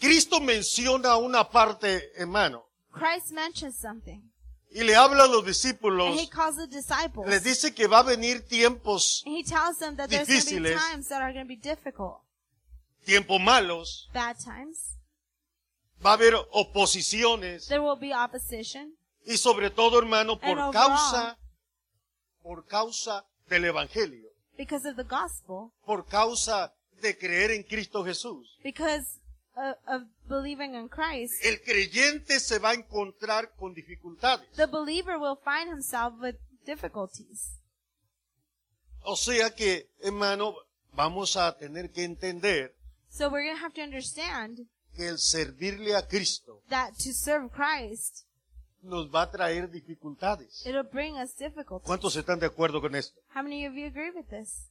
Cristo menciona una parte, hermano, Christ mentions something. y le habla a los And he discípulos, calls the disciples. les dice que va a venir tiempos, And he tells them that there's going to be difíciles. times that are going to be difficult. tiempos malos, Bad times. va a haber oposiciones, There will be opposition. y sobre todo, hermano, por And overall- causa, por causa del Evangelio, Because of the gospel. por causa de creer en Cristo Jesús. Because of, of believing in Christ. El creyente se va a encontrar con dificultades. The believer will find himself with difficulties. O sea que, hermano, vamos a tener que entender So we're going to have to understand que el servirle a Cristo that to serve Christ, nos va a traer dificultades. it'll bring us difficulties. ¿Cuántos están de acuerdo con esto? How many of you agree with this?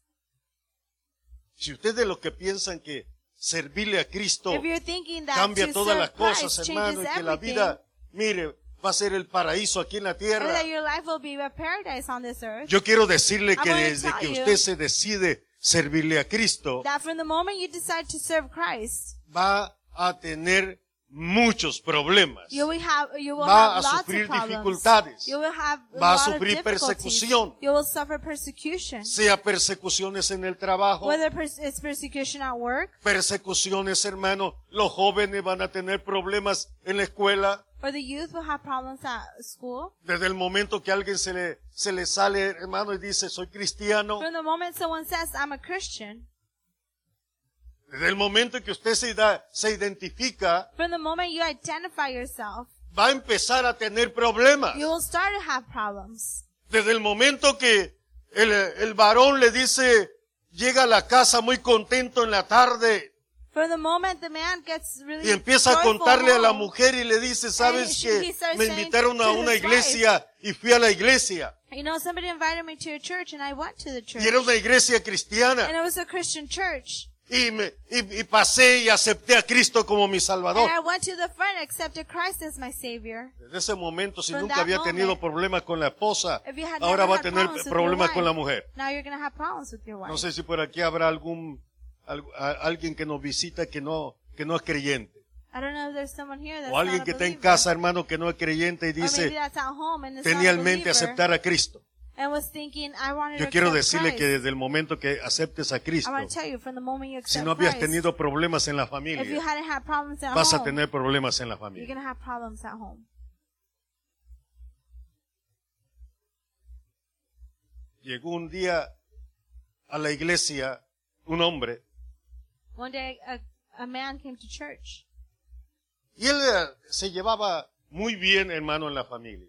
Si ustedes de los que piensan que servirle a Cristo If you're thinking that cambia to todas serve las Christ cosas, hermano, changes y que la everything, vida, mire, va a ser el paraíso aquí en la and tierra. that your life will be a paradise on this earth, Yo quiero decirle I'm que gonna desde tell que you usted se decide servirle a Cristo, that from the moment you decide to serve Christ, va a tener muchos problemas. you will have you will Va a have lots sufrir of problems. dificultades. You will have a Va a lot of sufrir difficulties. persecución. You will suffer persecution, Sea persecuciones en el trabajo, whether pers- it's persecution at work persecuciones, hermano. Los jóvenes van a tener problemas en la escuela. or the youth will have problems at school. Desde el momento que alguien se le, se le sale, hermano, y dice, soy cristiano. From the moment someone says I'm a Christian, Desde el momento que usted se, da, se identifica, from the moment you identify yourself, va a empezar a tener problemas. you will start to have problems. Desde el momento que el, el varón le dice, llega a la casa muy contento en la tarde From the moment the man gets really y empieza a joyful "Oh, contarle a la home, mujer y le dice, sabes she- que he starts me saying invitaron a to his una wife. iglesia y fui a la iglesia. You know, somebody invited me to a church and I went to the church. Y era una iglesia and cristiana. it was a Christian church. Y, me, y, y pasé y acepté a Cristo como mi And Salvador. I went to the front, accepted Christ as my Savior. Desde ese momento, si From nunca that había tenido moment, problemas con la esposa, If you had ahora never va a had tener problems with problemas your con la wife, mujer. Now you're going to have problems with your wife. No sé si por aquí habrá algún al- a- alguien que nos visita que no que no es creyente I don't know if there's someone here that's o alguien not que a está en believer. casa, hermano, que no es creyente y or maybe dice that's at home and it's tenía not a en mente believer aceptar a Cristo. and was thinking, I wanted Yo to quiero accept decirle que Christ. desde el momento que aceptes a Cristo, I want to tell you, from the moment you si accept no habías Christ, tenido problemas en la if you familia, hadn't had problems at vas a home, tener problemas en la you're familia. going to have problems at home. Llegó un día a la iglesia un hombre One day, a, a man came to church. y él eh, se llevaba muy bien, hermano, en la familia.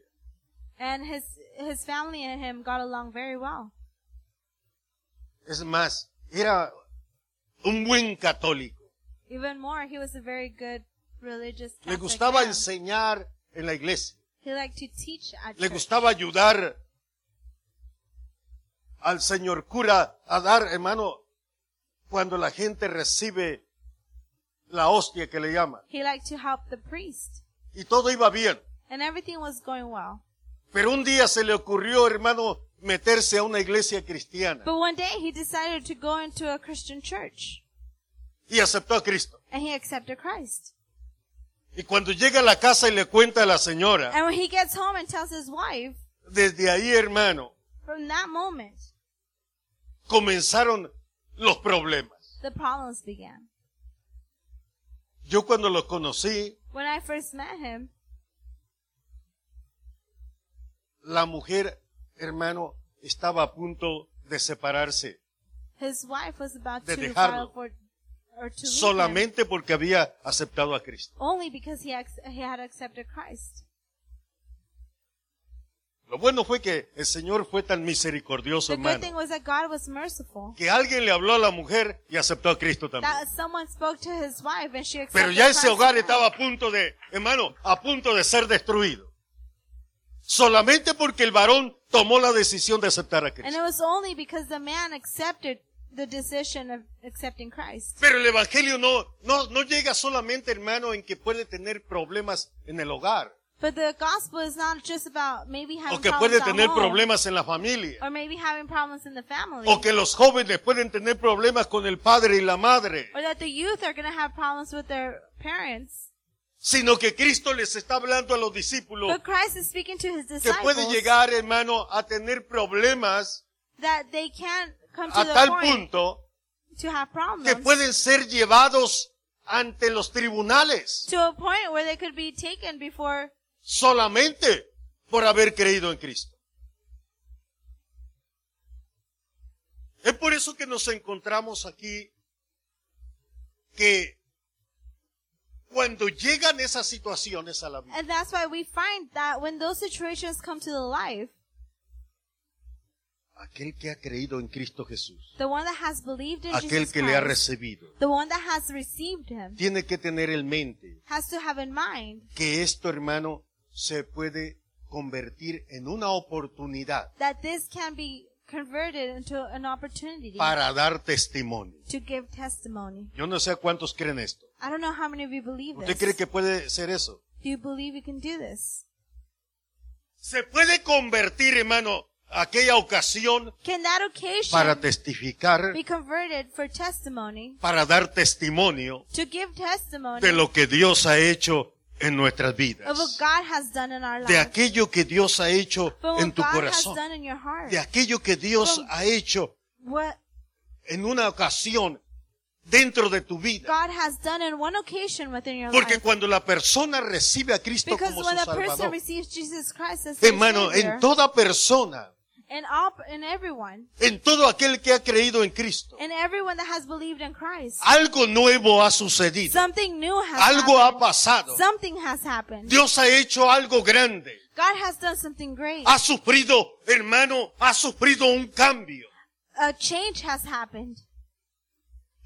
And his his family and him got along very well. Es más, era un buen católico. Even more, he was a very good religious Le Catholic gustaba man. enseñar en la iglesia. He liked to teach at Le church. gustaba ayudar al señor cura a dar, hermano, cuando la gente recibe la hostia que le llama. He liked to help the priest. Y todo iba bien. And everything was going well. Pero un día se le ocurrió, hermano, meterse a una iglesia cristiana But one day he decided to go into a Christian church. y aceptó a Cristo. And he accepted Christ. Y cuando llega a la casa y le cuenta a la señora, And when he gets home and tells his wife, desde ahí, hermano, from that moment, comenzaron los problemas. the problems began. Yo cuando lo conocí, When I first met him, la mujer, hermano, estaba a punto de separarse his wife was about De to dejarlo. file for or to leave him. solamente porque había aceptado a Cristo. only because he, ac- he had accepted Christ. Lo bueno fue que el Señor fue tan misericordioso, The good thing hermano, was that God was merciful. que alguien le habló a la mujer y aceptó a Cristo también. That someone spoke to his wife and she accepted Pero ya ese Christ hogar now. estaba a punto de, hermano, a punto de ser destruido. Solamente porque el varón tomó la decisión de aceptar a And Cristo. it was only because the man accepted the decision of accepting Christ. Pero el Evangelio no, no, no llega solamente, hermano, en que puede tener problemas en el hogar. But the gospel is not just about maybe having o que problems puede at tener home, problemas en la familia, or maybe having problems in the family, o que los jóvenes pueden tener problemas con el padre y la madre, or that the youth are going to have problems with their parents, sino que Cristo les está hablando a los discípulos but Christ is speaking to his que puede disciples llegar, hermano, a tener problemas that they can't come to a the tal point punto to have que problems pueden ser llevados ante los tribunales to a point where they could be taken before solamente por haber creído en Cristo. Es por eso que nos encontramos aquí que cuando llegan esas situaciones a la vida, And that's why we find that when those situations come to the life, aquel que ha creído en Cristo Jesús, the one that has believed in aquel Jesus que le ha Christ, recibido, the one that has received him, tiene que tener en mente has to have in mind que esto, hermano, se puede convertir en una oportunidad that this can be converted into an opportunity para dar testimonio. to give testimony. Yo no sé a cuántos creen esto. I don't know how many of you believe ¿Usted this. cree que puede ser eso? Do you believe you can do this? Se puede convertir, hermano, aquella ocasión Can that occasion para testificar, be converted for testimony, para dar testimonio to give testimony de lo que Dios ha hecho en nuestras of what vidas, God has done in our de life, aquello que Dios ha hecho from en what tu God has corazón, done in your heart, de aquello que Dios From- ha hecho what en una ocasión dentro de tu vida. God has done in one occasion within your Porque life. cuando la persona recibe a Cristo Because como su when a person Salvador, receives Jesus Christ as their hermano, Savior, en toda persona, in all, in everyone, en todo aquel que ha creído en Cristo, in everyone that has believed in Christ, algo nuevo ha sucedido, something new has algo ha happened. pasado. Something has happened. Dios ha hecho algo grande, God has done something great. ha sufrido, hermano, ha sufrido un cambio. A change has happened.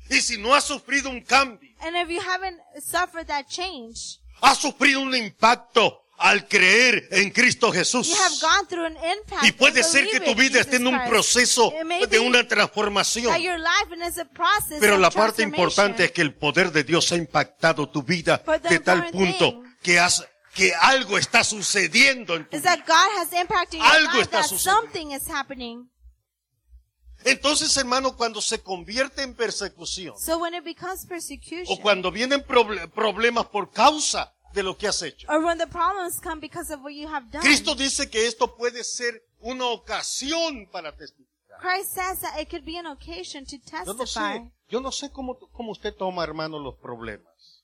Y si no ha sufrido un cambio, And if you haven't suffered that change, ha sufrido un impacto al creer en Cristo Jesús. you have gone through an impact. Y puede in ser que tu believing vida Jesus esté en un Christ. proceso It may de be una transformación. that your life is a process Pero of la parte transformation. importante es que el poder de Dios ha impactado tu vida But the de tal important punto thing- que has, que algo está sucediendo en tu is vida. that God has impacted your Algo life, está that sucediendo. something is happening. Entonces, hermano, cuando se convierte en persecución So when it becomes persecution, o cuando vienen proble- problemas por causa de lo que has hecho, or when the problems come because of what you have done, Cristo dice que esto puede ser una ocasión para testificar. Christ says that it could be an occasion to Yo no testify. sé, yo no sé cómo, cómo usted toma, hermano, los problemas.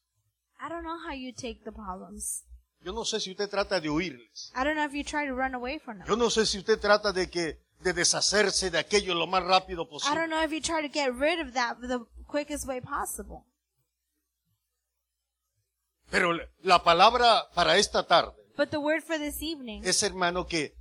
I don't know how you take the problems. Yo no sé si usted trata de huirles. I don't know if you try to run away from them. Yo no sé si usted trata de que de deshacerse de aquello lo más rápido I posible. don't know if you try to get rid of that the quickest way possible. Pero la- la palabra para esta tarde But the word for this evening es, hermano, que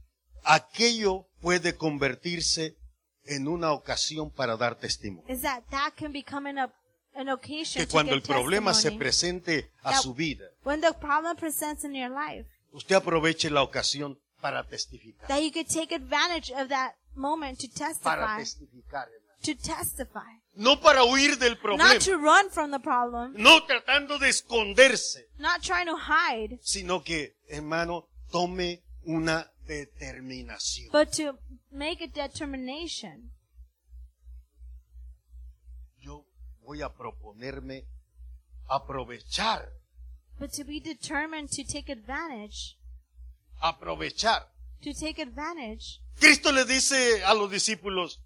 aquello puede convertirse en una ocasión para dar testimonio. is that that can become an, op- an occasion Que to cuando el give problema se testimony. presente a Now- su vida, When the problem presents in your life, usted aproveche la ocasión para testificar. that you could take advantage of that moment to Para testify, testificar, hermano. to testify, No para huir del problema, not to run from the problem, no tratando de esconderse, not trying to hide, sino que, hermano, tome una determinación. but to make a determination. yo voy a proponerme aprovechar, But to be determined to take advantage, aprovechar. to take advantage. Cristo le dice a los discípulos,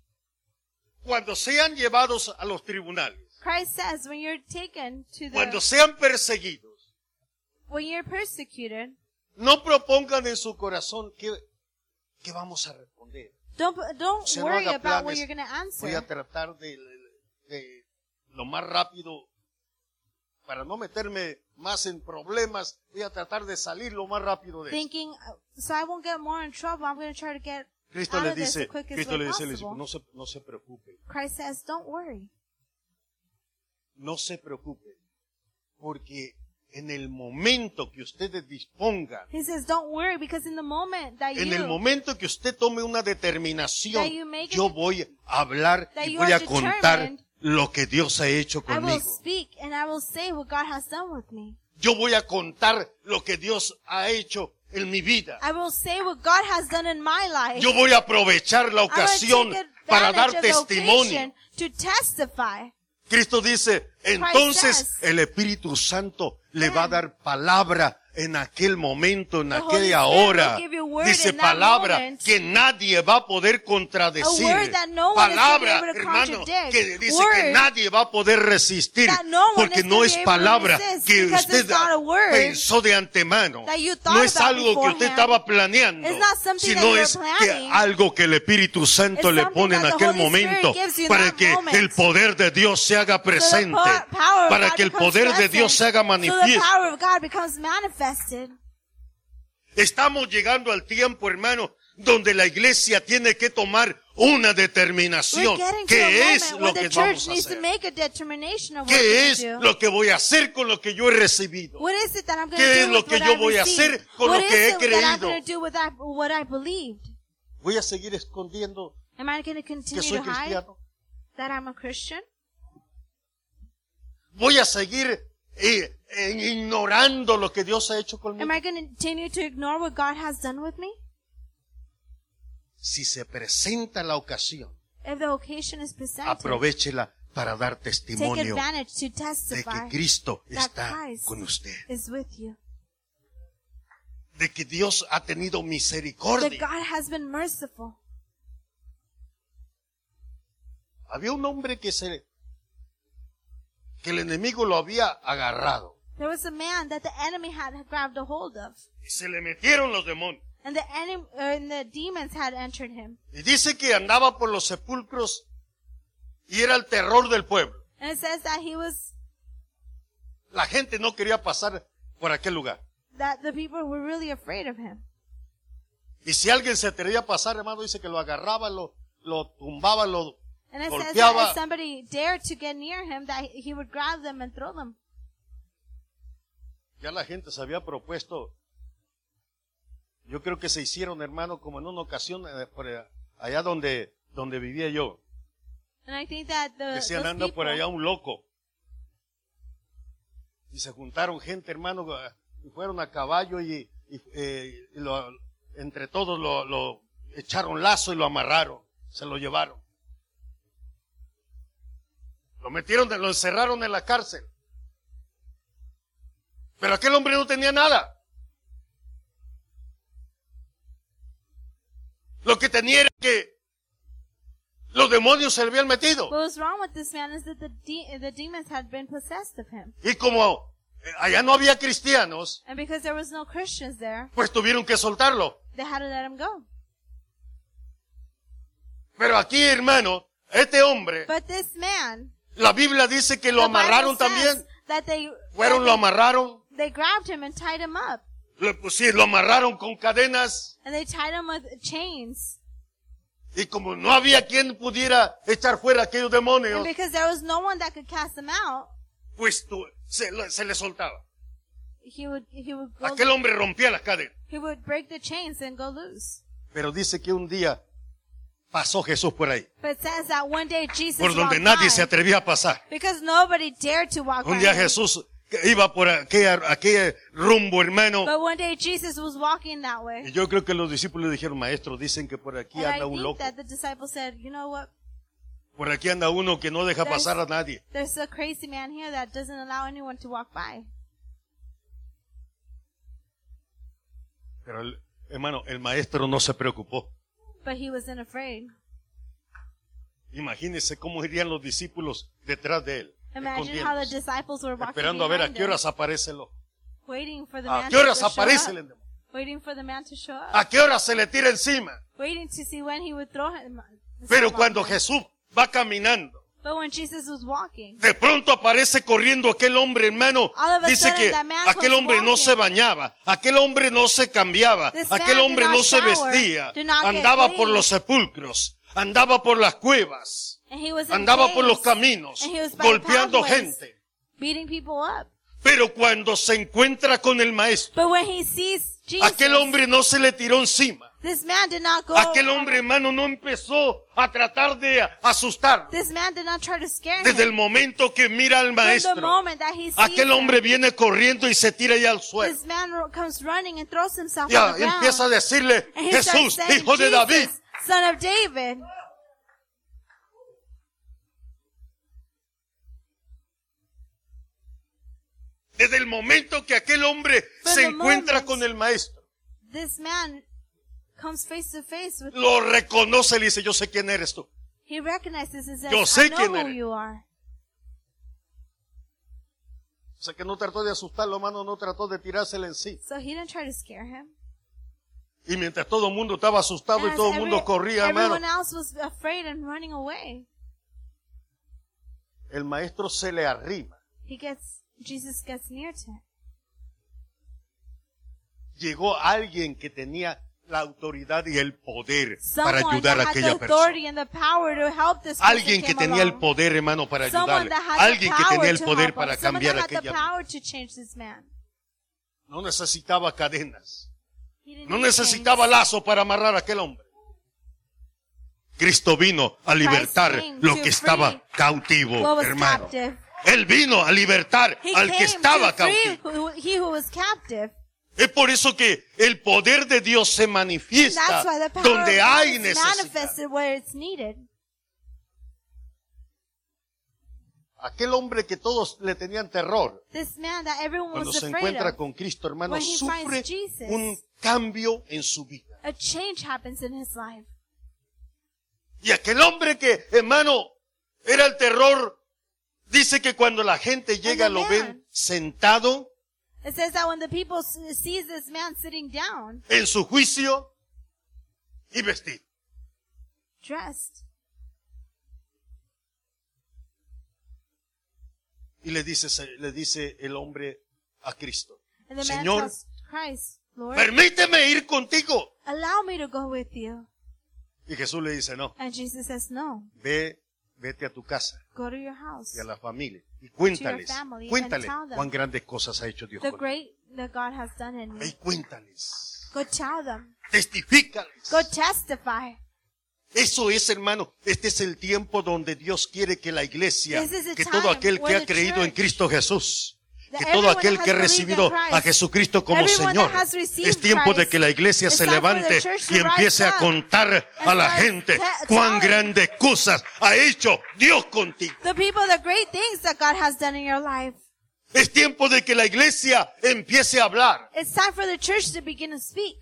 cuando sean llevados a los tribunales, Christ says, when you're taken to cuando the, sean perseguidos, when you're persecuted, no propongan en su corazón qué, qué vamos a responder. don't don't Se no worry haga about what planes. you're gonna Voy a answer. tratar de, de lo más rápido, para no meterme más en problemas, voy a tratar de salir lo más rápido de esto. Thinking, uh, so I won't get more in trouble. I'm gonna try to get Cristo out le of this Ah, the dice, quickest Cristo way le dice, al discípulo, possible. no se, no se preocupe. Christ says, don't worry. no se preocupe, porque en el momento que ustedes dispongan, He says, "Don't worry, because in the moment that en you el momento que usted tome una determinación, That you make a- yo voy a hablar that y you voy are a contar determined, lo que Dios ha hecho I will conmigo. speak and I will say what God has done with me. Yo voy a contar lo que Dios ha hecho en mi vida. I will say what God has done in my life. Yo voy a aprovechar la I will ocasión take para advantage dar of the testimonio. occasion to testify. Cristo dice, entonces el Espíritu Santo le va a dar palabra en aquel momento, en The Holy aquella Spirit will hora. give you word Dice in that palabra moment. que nadie va a poder contradecir. A word that no one is Palabra, gonna be able to hermano, contradict. que dice que Word nadie va a poder resistir. that no one Porque is no gonna es be able to palabra resist, que because usted it's not a word pensó de antemano. that you thought No es about algo que usted beforehand. estaba planeando, It's not something sino that you're es que planning. algo que el Espíritu Santo It's le something pone en that the aquel Holy Spirit momento gives you in para that que moment. el poder de Dios se haga presente, So the po- power of para God que el becomes poder de Dios se haga present. So the manifiesto. power of God becomes manifested. Estamos llegando al tiempo, hermano, donde la iglesia tiene que tomar una We're determinación. getting to ¿Qué a es moment lo where que the vamos church a needs to hacer? make a determination of what ¿Qué to es do. lo que voy a hacer con lo que yo he recibido? What is it that I'm going ¿Qué to es do lo with que what yo I voy a received? hacer con What lo is que he it that I'm creído? going to do with that, what I believed? Voy a seguir escondiendo Am I going to que continue soy to hide cristiano. that I'm a Christian? Voy a seguir eh, eh, ignorando lo que Dios ha hecho Am conmigo. I going to continue to ignore what God has done with me? Si se presenta la ocasión, If the occasion is presented, aprovechela para dar take testimonio advantage to de que testify Cristo that está Christ con usted, is with you. de que Dios ha tenido That misericordia. God has been merciful. Había un hombre que se que el enemigo lo había agarrado There was a man that the enemy had grabbed a hold of, y se le metieron los demonios. and the enemy, uh, and the demons had entered him. Y dice que andaba por los sepulcros y era el terror del pueblo. And it says that he was La gente no quería pasar por aquel lugar. that the people were really afraid of him. Y si alguien se atrevía a pasar, hermano, dice que lo agarraba, lo, lo tumbaba, lo And it says that golpeaba. if somebody dared to get near him, that he would grab them and throw them. Ya la gente se había propuesto. Yo creo que se hicieron, hermano, como en una ocasión eh, por allá donde, donde vivía yo. And I think that the Decían, those anda people, por allá un loco. Y se juntaron gente, hermano, y fueron a caballo y, y, eh, y lo- entre todos lo, lo echaron lazo y lo amarraron, se lo llevaron. Lo metieron, lo encerraron en la cárcel. Pero aquel hombre no tenía nada. Lo que tenía era que los demonios se le habían metido. What was wrong with this man is that the de- the demons had been possessed of him, Y como eh, allá no había cristianos, and because there was no Christians there, pues tuvieron que soltarlo. they had to let him go. Pero aquí, hermano, este hombre, But this man, la Biblia dice que lo the Bible amarraron says también. That they Fueron, lo amarraron, They grabbed him and tied him up. le pusieron, lo amarraron con cadenas. And they tied him with chains. Y como no había quien pudiera echar fuera aquellos demonios, And because there was no one that could cast them out, pues tu- se, lo- se le soltaba. he would he would go Aquel hombre rompía las cadenas. he would break the chains and go loose. Pero dice que un día pasó Jesús por ahí, But it says that one day Jesus por donde walked nadie by, se atrevía a pasar. because nobody dared to walk Un by día him. Jesús iba por aquella- aquel rumbo, hermano, But one day Jesus was walking that way. Y yo creo que los discípulos le dijeron, maestro, dicen que por aquí And I anda un think loco, that the disciples said, you know what? por aquí anda uno que no deja There's- pasar a nadie. There's a crazy man here that doesn't allow anyone to walk by. Pero el- hermano, el maestro no se preocupó. But he wasn't afraid. Imagínense cómo irían los discípulos detrás de él, Imagine how the escondiéndose, disciples were walking esperando a ver a behind qué him, horas aparece el ojo. waiting for the a man qué horas to show aparece up. el endemonio, waiting for the man to show up, a qué horas se le tira encima. waiting to see when he would throw him. Pero cuando Jesús va caminando, but when Jesus was walking, de pronto aparece corriendo aquel hombre, hermano. All of a Dice sudden que that man aquel was hombre no walking. se bañaba, aquel hombre no se cambiaba, This man aquel did hombre not no se shower, vestía, did not get andaba por clean. los sepulcros, andaba por las cuevas, and he was in andaba por caves, los caminos, and he was by golpeando pathways, gente. beating people up. Pero cuando se encuentra con el maestro, But when he sees Jesus, aquel hombre no se le tiró encima. this man did not go. Aquel hombre, hermano, no empezó a tratar de asustar. this man did not try to scare Desde el him. momento que mira al From the maestro, moment that he sees aquel hombre him, viene corriendo y se tira ya al suelo. this man ro- comes running and throws himself Ya on the ground. empieza a decirle, and he starts Jesús, saying, hijo de "Jesus, David, son of David. Desde el momento que aquel hombre From se the encuentra moment. con el maestro, This man comes face to face with lo reconoce y le dice, yo sé quién eres tú. He recognizes and says, Yo sé I quién know who eres." you are. O sea que no trató de asustarlo, hermano, no trató de tirársela en sí. So he didn't try to scare him. Y mientras todo el mundo estaba asustado y As todo el every- mundo corría, everyone hermano, else was afraid and running away. el maestro se le arrima. He gets, Jesus gets near to him. Llegó alguien que tenía la autoridad y el poder para Someone ayudar a that had the aquella persona. authority and the power to help this person Alguien que came tenía el along. poder, hermano, para Someone ayudarle. that had Alguien the que power tenía el to poder help para him. Someone cambiar a that had the aquella. power to change this man. No necesitaba cadenas. He didn't No need chains. necesitaba lazo para amarrar a aquel hombre. Cristo vino a libertar came lo to que free estaba what cautivo, was hermano. captive. Él vino a libertar He al que came estaba to free cautivo. who, he who was captive. Es por eso que el poder de Dios se manifiesta That's why the power donde of hay God is necesidad. manifested where it's needed. Aquel hombre que todos le tenían terror, This man that everyone cuando was se afraid encuentra of. con Cristo, hermano, When he sufre finds Jesus. un cambio en su vida. A change happens in his life. Y aquel hombre que, hermano, era el terror, dice que cuando la gente llega And the lo man. ven sentado It says that when the people s- sees this man sitting down, en su juicio y vestido. dressed, Y le dice, le dice el hombre a Cristo, and the man Señor. tells Christ, Lord, permíteme ir contigo. allow me to go with you. Y Jesús le dice, no, And Jesus says, no, ve, vete a tu casa go to your house. y a la familia y cuéntales, To your family and cuéntales tell them. cuán grandes cosas ha hecho Dios The contigo. great that God has done in Ve y me. cuéntales, Go tell them. testifícales. Go testify. Eso es, hermano, este es el tiempo donde Dios quiere que la iglesia, This is the que todo time aquel que where ha the creído church- en Cristo Jesús, that que everyone todo aquel has que ha believed in recibido a Christ, Jesucristo como everyone Señor, that has received es tiempo de Christ, que la iglesia it's se time for the levante church to y empiece a rise up contar a and la start gente te- cuán telling. grandes cosas ha hecho Dios contigo. The people, the great things that God has done in your life. Es tiempo de que la iglesia empiece a hablar. It's time for the church to begin to speak.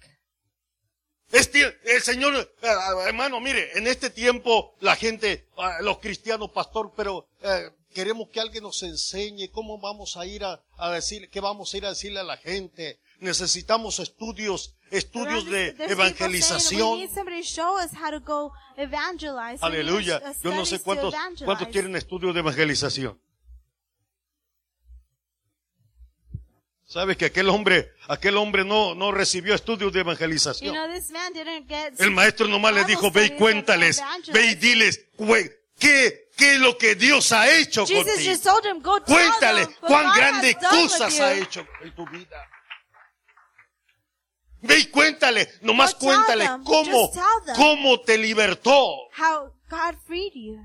Es tie- el Señor, eh, hermano, mire, en este tiempo la gente, eh, los cristianos, pastor, pero eh, queremos que alguien nos enseñe cómo vamos a ir a, a decir, qué vamos a ir a decirle a la gente. Necesitamos estudios, estudios de There's people saying, We evangelización. need somebody to show us how to go evangelize. We need Aleluya. a- a Yo no sé studies to cuántos, evangelize. cuántos quieren estudios de evangelización. Sabes que aquel hombre, aquel hombre no, no recibió estudios de You evangelización. know, this man didn't get. El maestro nomás le dijo, ve y cuéntales, ve y diles, güey, ¿qué, qué es lo que Dios ha hecho Jesus contigo? just told him, go tell Cuéntales them what cuán God grandes has done with cosas you. ha hecho en tu vida. Ve y cuéntale, nomás Go tell cuéntales them, cómo, just tell them. cómo te libertó. How God freed you.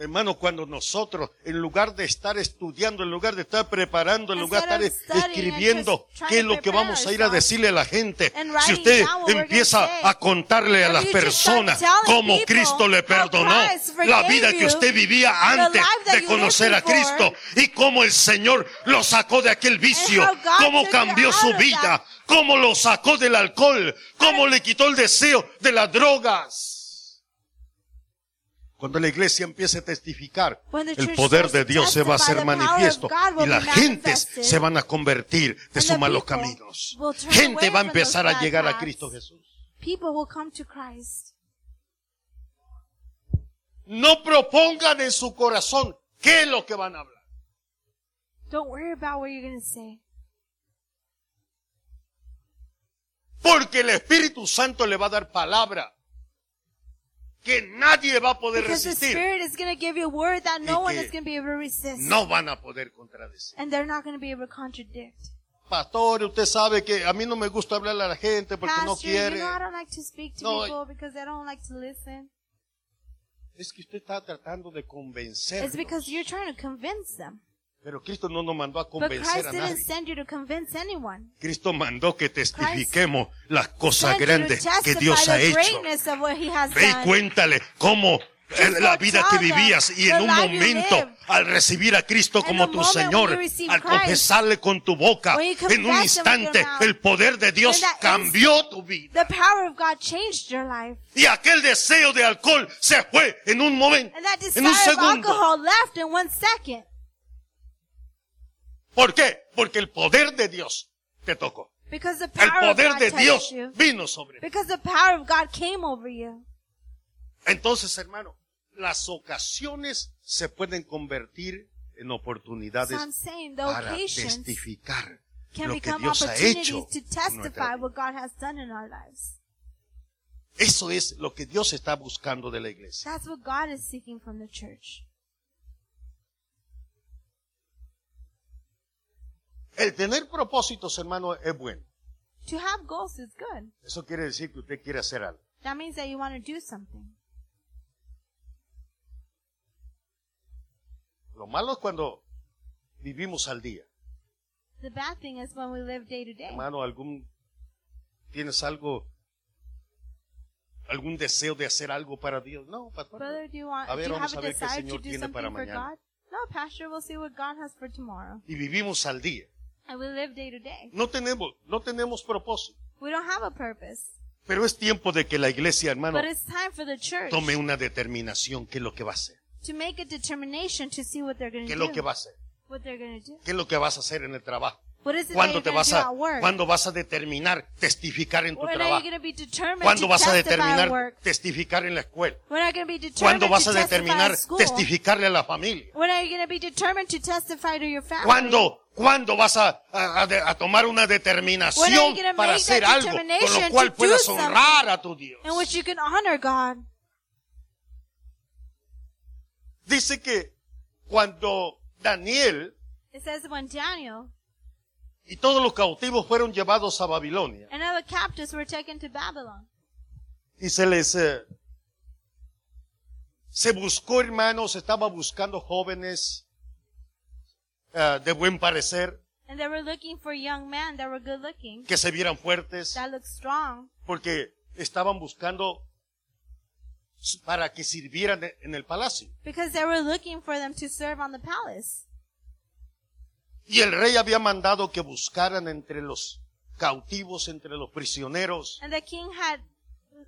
Hermano, cuando nosotros, en lugar de estar estudiando, en lugar de estar preparando, en lugar de Instead estar of studying and escribiendo just trying qué es to lo que prepare vamos a ir a ourselves decirle a la gente, and si writing usted down what we're empieza gonna say, a contarle a if las you just start personas telling cómo people Cristo le how perdonó Christ forgave la vida que you, usted vivía the life antes that de you conocer a lived before, Cristo y cómo el Señor lo sacó de aquel vicio, how God cómo took you cambió su out of vida, that. cómo lo sacó del alcohol, cómo le quitó el deseo de las drogas. Cuando la iglesia empiece a testificar, When the el church poder starts de to Dios se va a testify, hacer the power of manifiesto God y will be las gentes manifested. se van a convertir de And sus the malos people caminos. will turn Gente away va a from empezar those a bad llegar a paths. Cristo Jesús. People will come to Christ. No propongan en su corazón qué es lo que van a hablar. Don't worry about what you're going to say. Porque el Espíritu Santo le va a dar palabra que nadie va a poder Because the resistir. Spirit is going to give you a word that no Y one que is going to be able to resist. No van a poder contradecir. And they're not going to be able to contradict. Pastor, usted sabe que a mí no me gusta hablarle a la gente porque no Pastor, you quiere. know I don't like to speak to No, eh. people because I don't like to listen. Es que usted está tratando de convencer. It's because you're trying to convince them. Pero Cristo no nos mandó a But convencer Christ a didn't nadie. send you to convince anyone. Cristo mandó que testifiquemos las cosas Send you to grandes que testify Dios ha the hecho. greatness of what he has Ve y done. cuéntale cómo en la vida que tell them vivías y the en un life you momento lived. al recibir a Cristo And como the tu moment when Señor, you received al Christ, confesarle con tu boca, when you en un confess Him with your instante mouth, el poder de Dios in that cambió tu vida. The power of God changed your life. Y aquel deseo de alcohol se fue en un momento, And that en un desire of segundo. alcohol left in one second. ¿Por qué? Porque el poder de Dios te tocó. Because the El power of poder God de touched Dios you. vino sobre ti. Because the power of God came over you. Entonces, hermano, las ocasiones se pueden convertir en So I'm oportunidades saying the para occasions testificar can lo que become Dios ha opportunities hecho. to en nuestra testify vida. what God has done in our lives. Eso es lo que Dios está buscando de la iglesia. That's what God is seeking from the church. El tener propósitos, hermano, es bueno. To have goals is good. Eso quiere decir que usted quiere hacer algo. That means that you want to do something. Lo malo es cuando vivimos al día. The bad thing is when we live day to day. Hermano, algún tienes algo algún deseo de hacer algo para Dios. No, pastor. no. Brother, do you want A ver, do you vamos have a a ver qué el desire to Señor do tiene para something for mañana. God? No, Pastor, we'll see what God has for tomorrow. Y vivimos al día. And we live day to day. No tenemos, no tenemos propósito. We don't have a purpose. Pero es tiempo de que la iglesia, hermano, But it's time for the church tome una determinación qué es lo que va a hacer, to make a determination to see what they're going qué to es lo que do. va a hacer, What they're going to do. qué es lo que vas a hacer en el trabajo. What is it that ¿Cuándo you're te going vas to do a at work? cuándo vas a determinar testificar en tu When are you trabajo? going to be determined ¿Cuándo to vas a testify at determinar work? testificar en la escuela? When are you going to be determined ¿Cuándo vas to a testify determinar at school? testificarle a la familia? When are you going to be determined to testify to your family? ¿Cuándo, cuándo vas a, a- a de- a tomar una When are you determinación gonna para make that hacer algo con lo determination cual to do puedas something? honrar a tu Dios? In which you can honor God. Dice que cuando Daniel It says when Daniel y todos los cautivos fueron llevados a Babilonia and other captives were taken to Babylon. y se les eh, se buscó hermanos, estaba buscando jóvenes eh, de buen parecer And they were looking for young men that were good looking, que se vieran fuertes that looked strong, porque estaban buscando s- para que sirvieran e- en el palacio because they were looking for them to serve on the palace. y el rey había mandado que buscaran entre los cautivos, entre los prisioneros, And the king had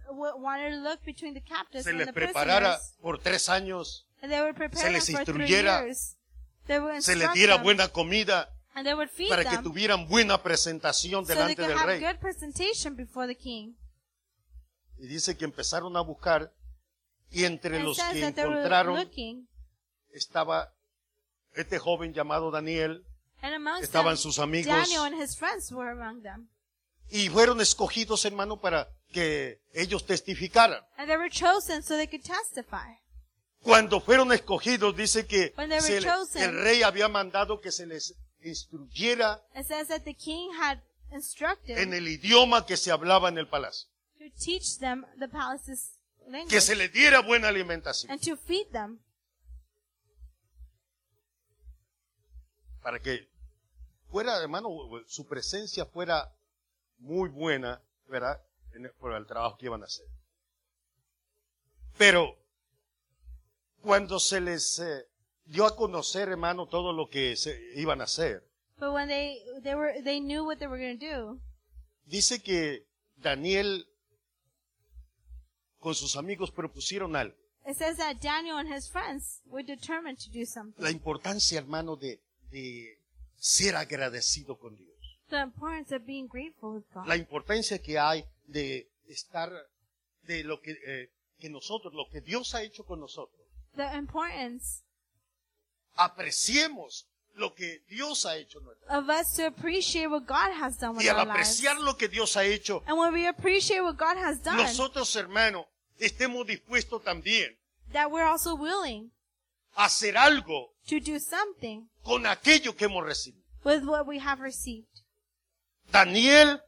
w- wanted to look between the captives se and les the preparara prisoners. por tres años, And they were prepared les for three instruyera. years. They would se les instruct diera them, buena comida, and they would feed para que them tuvieran buena presentación so they delante could del have rey. good presentation before the king. Y dice que empezaron a buscar y entre And it los says que that they were encontraron looking, estaba este joven llamado Daniel and amongst estaban them, sus amigos. Daniel and his friends were among them. y fueron escogidos hermano para que ellos testificaran. And they were chosen so they could testify. Cuando fueron escogidos dice que When they were se le- chosen. el rey había mandado que se les instruyera It says that the king had instructed en el idioma que se hablaba en el palacio, to teach them the palace's que language se les diera buena alimentación and to feed them para que fuera, hermano, su presencia fuera muy buena, ¿verdad? En el- por el trabajo que iban a hacer. Pero cuando se les eh, dio a conocer, hermano, todo lo que se iban a hacer, But when they they were they knew what they were going to do. dice que Daniel con sus amigos propusieron algo. It says that Daniel and his friends were determined to do something. La importancia, hermano, de, de ser agradecido con Dios. the importance of being grateful with God. la importancia que hay de estar de lo que, eh, que nosotros, lo que Dios ha hecho con nosotros. the importance Apreciemos lo que Dios ha hecho en nuestra of us to appreciate what God has done Y with al our lives. apreciar lo que Dios ha hecho, And when we appreciate what God has done, nosotros, hermanos, estemos dispuestos también that we're also willing a hacer algo to do something con aquello que hemos recibido. with what we have received. Daniel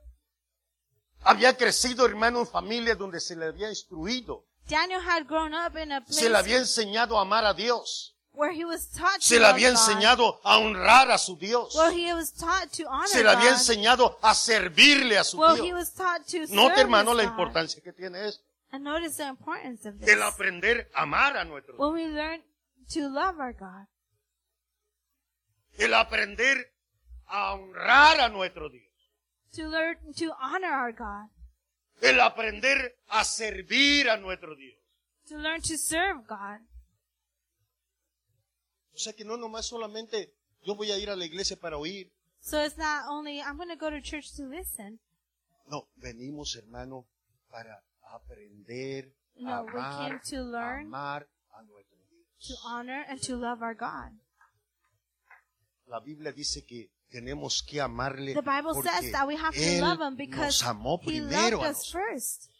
había crecido, hermano, en familia donde se le había instruido, Daniel had grown up in a place se le había enseñado a amar a Dios, where he was taught to se le love había God, enseñado a honrar a su Dios. where he was taught to honor se le había God, enseñado a servirle a su where he Dios. was taught to serve Note, hermano, his la God. importancia que tiene esto. And notice the importance of this. del aprender a amar a nuestro Dios, When we learn to love our God, el aprender a honrar a nuestro Dios, to learn to honor our God, el aprender a servir a nuestro Dios. to learn to serve God. O sea que no nomás solamente yo voy a ir a la iglesia para oír. So it's not only I'm going to go to church to listen. No, venimos hermano para aprender a No, we came amar, to learn. amar a nuestro Dios. to honor and to love our God. La Biblia dice que tenemos que amarle The Bible porque says that we have to él love him because nos amó he primero loved a us nosotros. first.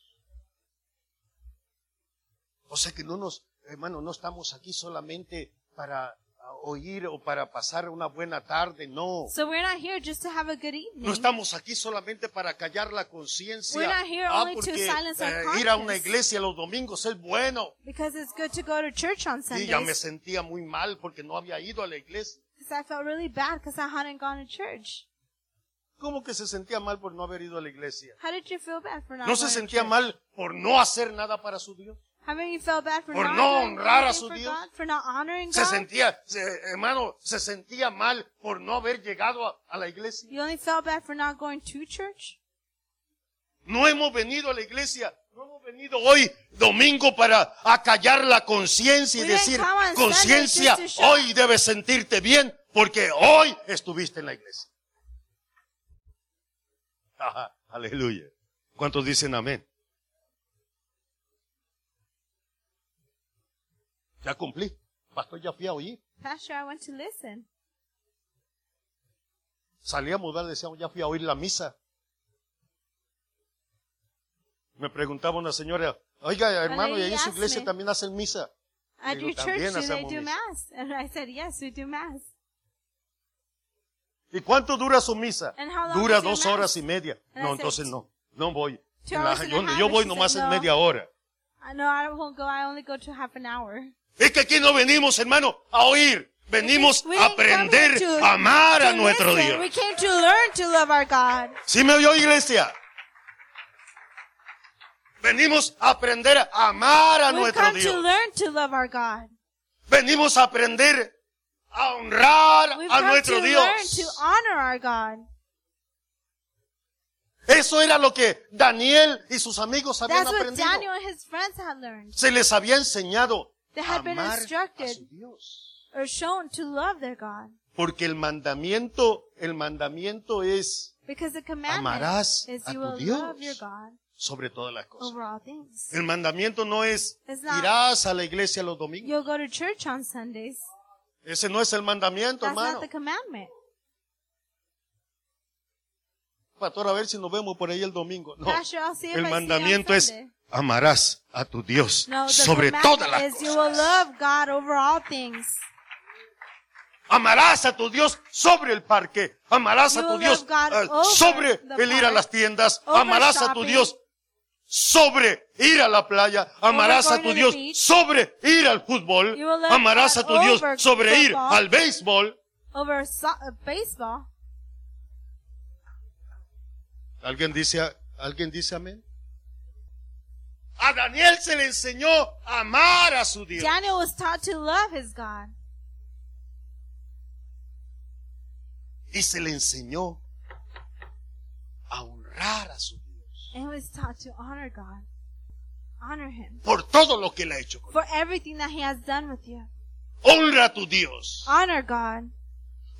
O sea que no nos, hermano, no estamos aquí solamente para ah, oír o para pasar una buena tarde, no. So we're not here just to have a good No evening. estamos aquí solamente para callar la conciencia. We're not here Ah, only to porque silence our eh, ir conscience. a una iglesia los domingos es bueno. Because it's good to go to church on Y ya me Sundays. sentía muy mal porque no había ido a la iglesia. Because I felt really bad because I hadn't gone to church. ¿Cómo que se sentía mal por no haber ido a la iglesia? How did you feel bad for not ¿No going se to sentía church? mal por no hacer nada para su Dios? Haven't you felt bad for Por not no doing honrar a anything su for Dios? God, for not honoring Se God? sentía, se- hermano, se sentía mal por no haber llegado a- a la iglesia. You only felt bad for not going to church? No hemos venido a la iglesia, no hemos venido hoy domingo para acallar la conciencia y We didn't decir, come on Sunday conciencia, just to show- hoy debes sentirte bien porque hoy estuviste en la iglesia. Ajá, aleluya. ¿Cuántos dicen amén? Ya cumplí. Pastor, ya fui a oír. Pastor, I want to listen. Salíamos, ¿verdad? Decíamos, "Oh, ya fui a oír la misa. Me preguntaba una señora, oiga, hermano, ¿y ahí en su asked iglesia me. también hacen misa? At Digo, your church, "También do they hacemos do misa." mass? And I said, yes, we do mass. ¿Y cuánto dura su misa? And how long Dura is your dos mass? horas y media. And I no, said, entonces no, no voy. "Two En la- hours and a yo, half", yo and voy she nomás said, en "No". media hora. I know I won't go. I only go to half an hour. Es que aquí no venimos, hermano, a oír. Venimos We a didn't come here aprender to- a amar a to nuestro listen. Dios. We came to learn to love our God. ¿Sí me oyó, iglesia? Venimos a aprender a amar a we nuestro come Dios. to learn to love our God. Venimos a aprender a honrar We've a come nuestro to learn to Dios. honor our God. Eso era lo que Daniel y sus amigos habían That's what aprendido. Daniel and his friends had learned, Se les había enseñado They a had been amar a instructed. su Dios. or shown to love their God. Porque el mandamiento, el mandamiento es Because the commandment Amarás is a you tu will Dios love your God sobre todas las cosas. over all things. El mandamiento no es It's not- irás a la iglesia los domingos. You'll go to church on Sundays. Ese no es el mandamiento, That's hermano. not the commandment. Pastor, a ver si nos vemos por ahí el domingo. No, Pastor, I'll see if I el see you on mandamiento es Sunday. amarás a tu Dios No, the sobre todas commandment las is you will cosas. love God over all things. Amarás a tu Dios sobre el parque. Amarás a You tu will Dios love God eh, over sobre the el ir a park, las tiendas. over Amarás a tu shopping, Dios sobre ir a la playa. Amarás a going tu to the Dios beach. sobre ir al fútbol. You will love Amarás a God tu Dios over sobre ir football. al béisbol. Over so- uh, baseball. ¿Alguien dice, alguien dice amén? A Daniel se le enseñó a amar a su Dios. Daniel was taught to love his God, Y se le enseñó a honrar a su Dios and he was taught to honor God, honor Him por todo lo que él ha hecho. con- for everything that He has done with you. Honra a tu Dios. Honor God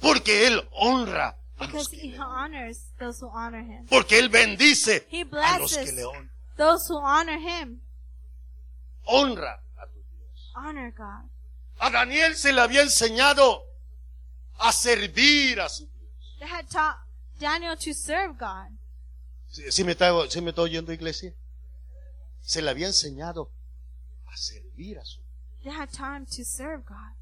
Porque Él honra a los because que He le honran. honors those who honor Him, Porque Él bendice He a los que blesses. le honran. those who honor Him. Honra a tu Dios. Honor God. A Daniel se le había enseñado a servir a su Dios. They had taught Daniel to serve God. ¿Sí, sí me, está, sí me está oyendo, iglesia? Se le había enseñado a servir a su Dios. They had taught him to serve God.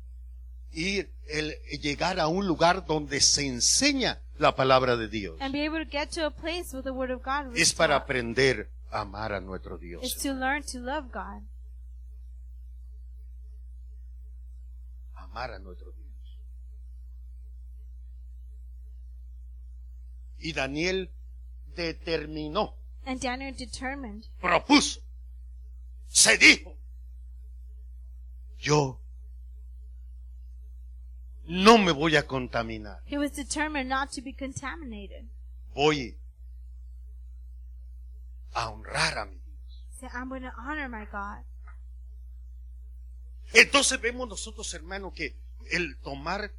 Ir, el, llegar a un lugar donde se enseña la palabra de Dios. and be able to get to a place where the word of God was Es para taught, aprender a amar a nuestro is Dios. to learn to love God, amar a nuestro Dios. Y Daniel determinó, and Daniel determined propuso se dijo, yo no me voy a contaminar, He was determined not to be contaminated. voy a honrar a mi Dios. He said, I'm going to honor my God. Entonces vemos nosotros, hermano, que el tomar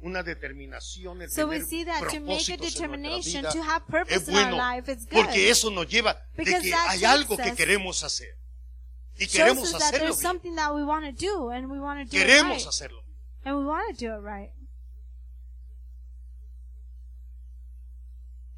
una determinación, el So we tener see that to make a propósitos en nuestra determination, vida to have es purpose in our bueno, life is good. porque eso nos lleva de Because que that hay takes algo que us- queremos hacer y shows queremos us that hacerlo, there's bien, something that we want to do and we want to do it queremos right. hacerlo. And we want to do it right.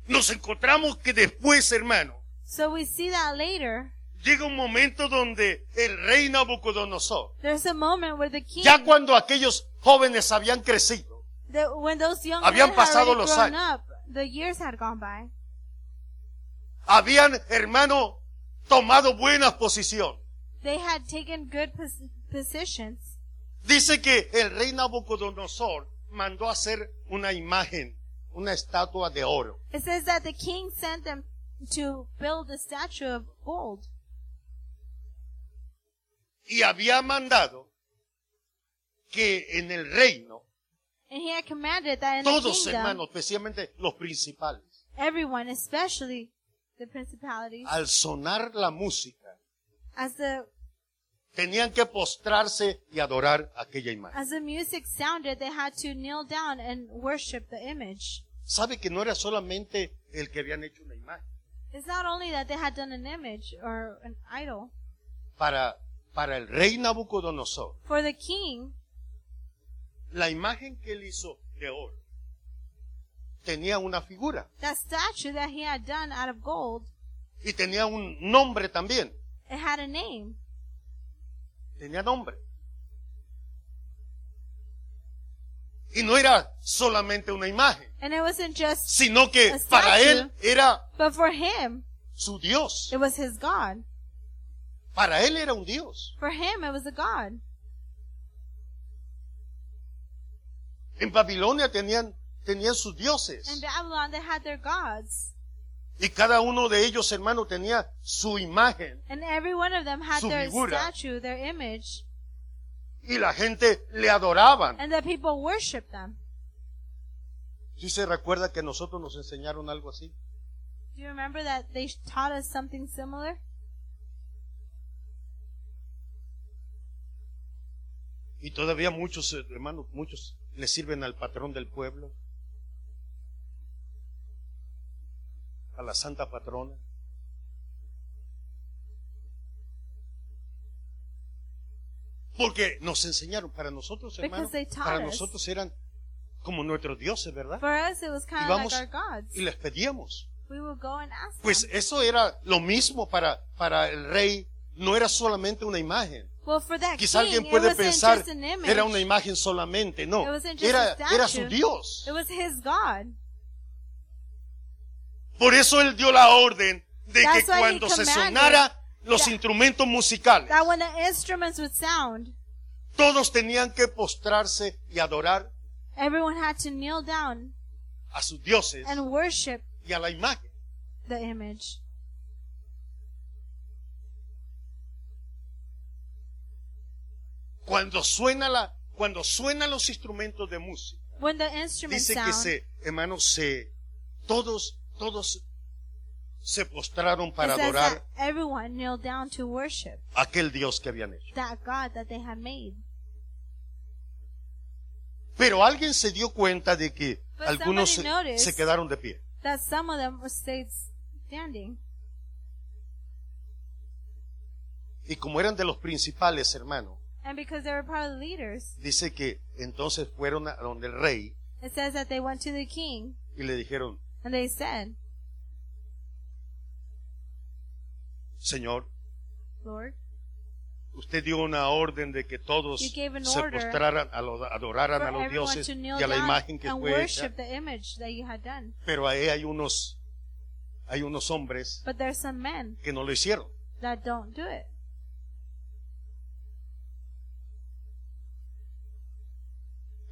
Nos encontramos que después, hermano, So we see that later. llega un momento donde el rey Nabucodonosor, There's a moment where the king, ya cuando aquellos jóvenes habían crecido, the, when those young Habían men had pasado already los grown años. up, the years had gone by. habían, hermano, tomado buena posición. They had taken good pos- positions. Dice que el rey Nabucodonosor mandó hacer una imagen, una estatua de oro. It says that the king sent them to build a statue of gold. Y había mandado que en el reino, And he had commanded that in the todos kingdom, hermanos, especialmente los principales, everyone, especially the principalities, al sonar la música, as the tenían que postrarse y adorar aquella imagen. as the music sounded, they had to kneel down and worship the image. Sabe que no era solamente el que habían hecho una imagen. It's not only that they had done an image or an idol. Para, para el rey Nabucodonosor, For the king, la imagen que él hizo de oro tenía una figura that statue that he had done out of gold, y tenía un nombre también. it had a name. tenía nombre. Y no era solamente una imagen, And it wasn't just, sino que A statue. para él era but for him, su Dios. it was his God. Para él era un Dios. For him, it was a God. En Babilonia tenían, tenían sus In dioses. Babylon, they had their gods. Y cada uno de ellos, hermano, tenía su imagen. And every one of them had Su their figura. statue, their image. Y la gente le adoraban. And the people worshiped them. Si se recuerda que nosotros nos enseñaron algo así. Do you remember that they taught us something similar? Y todavía muchos, eh, hermanos, muchos le sirven al patrón del pueblo, a la santa patrona. Porque nos enseñaron, para nosotros, Because hermanos, they taught para us. nosotros eran como nuestros dioses, ¿verdad? For us, it was kind Y of like vamos our gods. y les pedíamos. We would go and ask Pues them. eso era lo mismo para, para el rey, no era solamente una imagen. Well, for that Quizá king, alguien it puede wasn't pensar just an image. era una imagen solamente, no, It wasn't just a era, statue. era su Dios. It was his God. Por eso él dio la orden de que That's why he cuando se commanded sonara los that- instrumentos musicales, That when the instruments would sound, todos tenían que postrarse y adorar everyone had to kneel down a sus dioses and worship y a la imagen. the image. Cuando suena la, cuando suenan los instrumentos de música, When the instruments dice que sound, se, hermanos, se, todos, todos se postraron it para says that adorar everyone kneel down to worship a aquel Dios que habían hecho. that God that they had made. Pero alguien se dio cuenta de que But algunos se, somebody noticed- se quedaron de pie. That some of them were stayed standing. Y como eran de los principales, hermano, And because they were part of the leaders, dice que entonces fueron a donde el rey it says that they went to the king y le dijeron, and they said, Señor, Lord, usted dio una orden de que todos You se gave an order postraran, a lo- adoraran for a los everyone dioses to y kneel a la down imagen que and fue hecha. worship the image that you had done. Pero ahí hay unos, hay unos hombres But there's some men que no lo hicieron. that don't do it.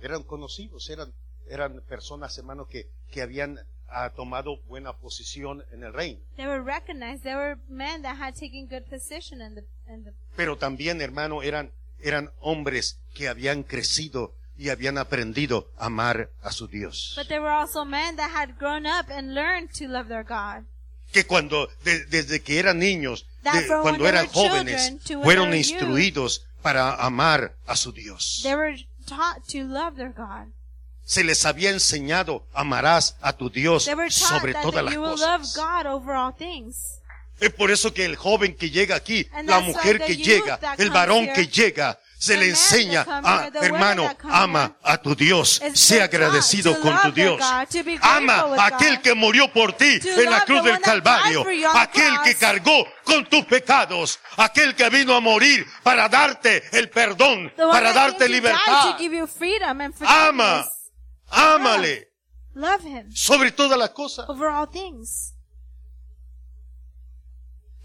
Eran conocidos, eran, eran personas, hermano, que, que habían, ha tomado buena posición en el reino. They were recognized. They were men that had taken good position in the in the Pero también, hermano, eran, eran hombres que habían crecido y habían aprendido a amar a su Dios. But there were also men that had grown up and learned to love their God. que cuando de- desde que eran niños, That de- from cuando when they eran were children jóvenes, to when fueron they were youth. instruidos para amar a su Dios. They were taught to love their God. Se les había enseñado, amarás a tu Dios They were taught sobre that, todas that las you will love cosas. God over all things. Es por eso que el joven que llega aquí, And la that's why mujer the que youth llega, that el comes varón here, que llega, se the le man that enseña, comes "Ah, here, the woman hermano, that comes ama here, a tu Dios, is sea they're taught agradecido to con tu love their Dios, God, to be ama grateful with a aquel God, que murió por ti to en la love cruz the del one that died Calvario, for you on the aquel que cross. cargó con tus pecados, aquel que vino a morir para darte el perdón, The one para that darte came to die libertad. to give you freedom and Ama, forgiveness. ámale Love him sobre todas las cosas. over all things.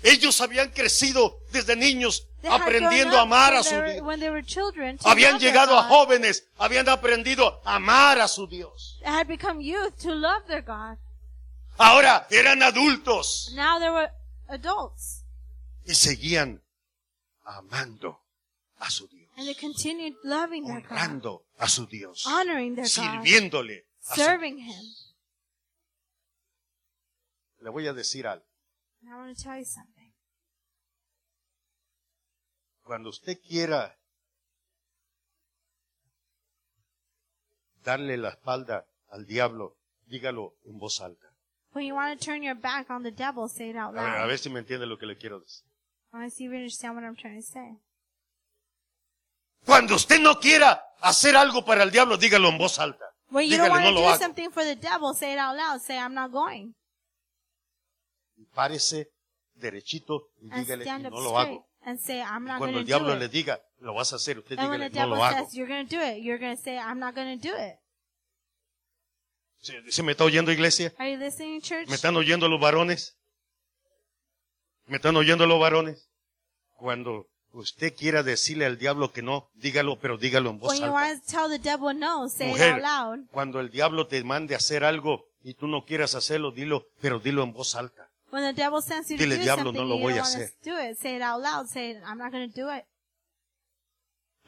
Ellos habían crecido desde niños They had aprendiendo a grown up amar when a su they were- Dios. When they were children, to habían love their llegado a God. jóvenes, habían aprendido a amar a su Dios. They had become youth to love their God. Ahora eran adultos Now they were adults. y seguían amando a su Dios, And they continued loving their God, honrando a su Dios, honoring their God, sirviéndole. a su- Ah, serving Him. Le voy a decir algo. And I want to tell you something. Cuando usted quiera darle la espalda al diablo, dígalo en voz alta. When you want to turn your back on the devil, say it out A ver, a loud. ver si me entiende lo que le quiero decir. I want to see if you understand what I'm trying to say. Cuando usted no quiera hacer algo para el diablo, dígalo en voz alta. When you Dígale, don't want no to lo do hago. something for the devil, say it out loud. Say, I'm not going. Y párese derechito y And dígale, stand "Y up no lo straight hago. and say, I'm Y not cuando el going to do diablo le it. diga, lo vas a hacer, usted And when dígale, the no devil lo hago. says, you're going to do it, you're going to say, I'm not going to do it. ¿Se, se me está oyendo, iglesia? Are you listening, church? ¿Me están oyendo los varones? ¿Me están oyendo los varones? Cuando usted quiera decirle al diablo que no, dígalo, pero dígalo en When voz you alta. want to tell the devil no, say it out Mujer, loud. cuando el diablo te mande a hacer algo y tú no quieras hacerlo, dilo, pero dilo en voz alta. When the devil sends you to Dile, do "Diablo, something, no you lo don't voy a want to hacer. do it. Say it out loud. Say, it, I'm not going to do it.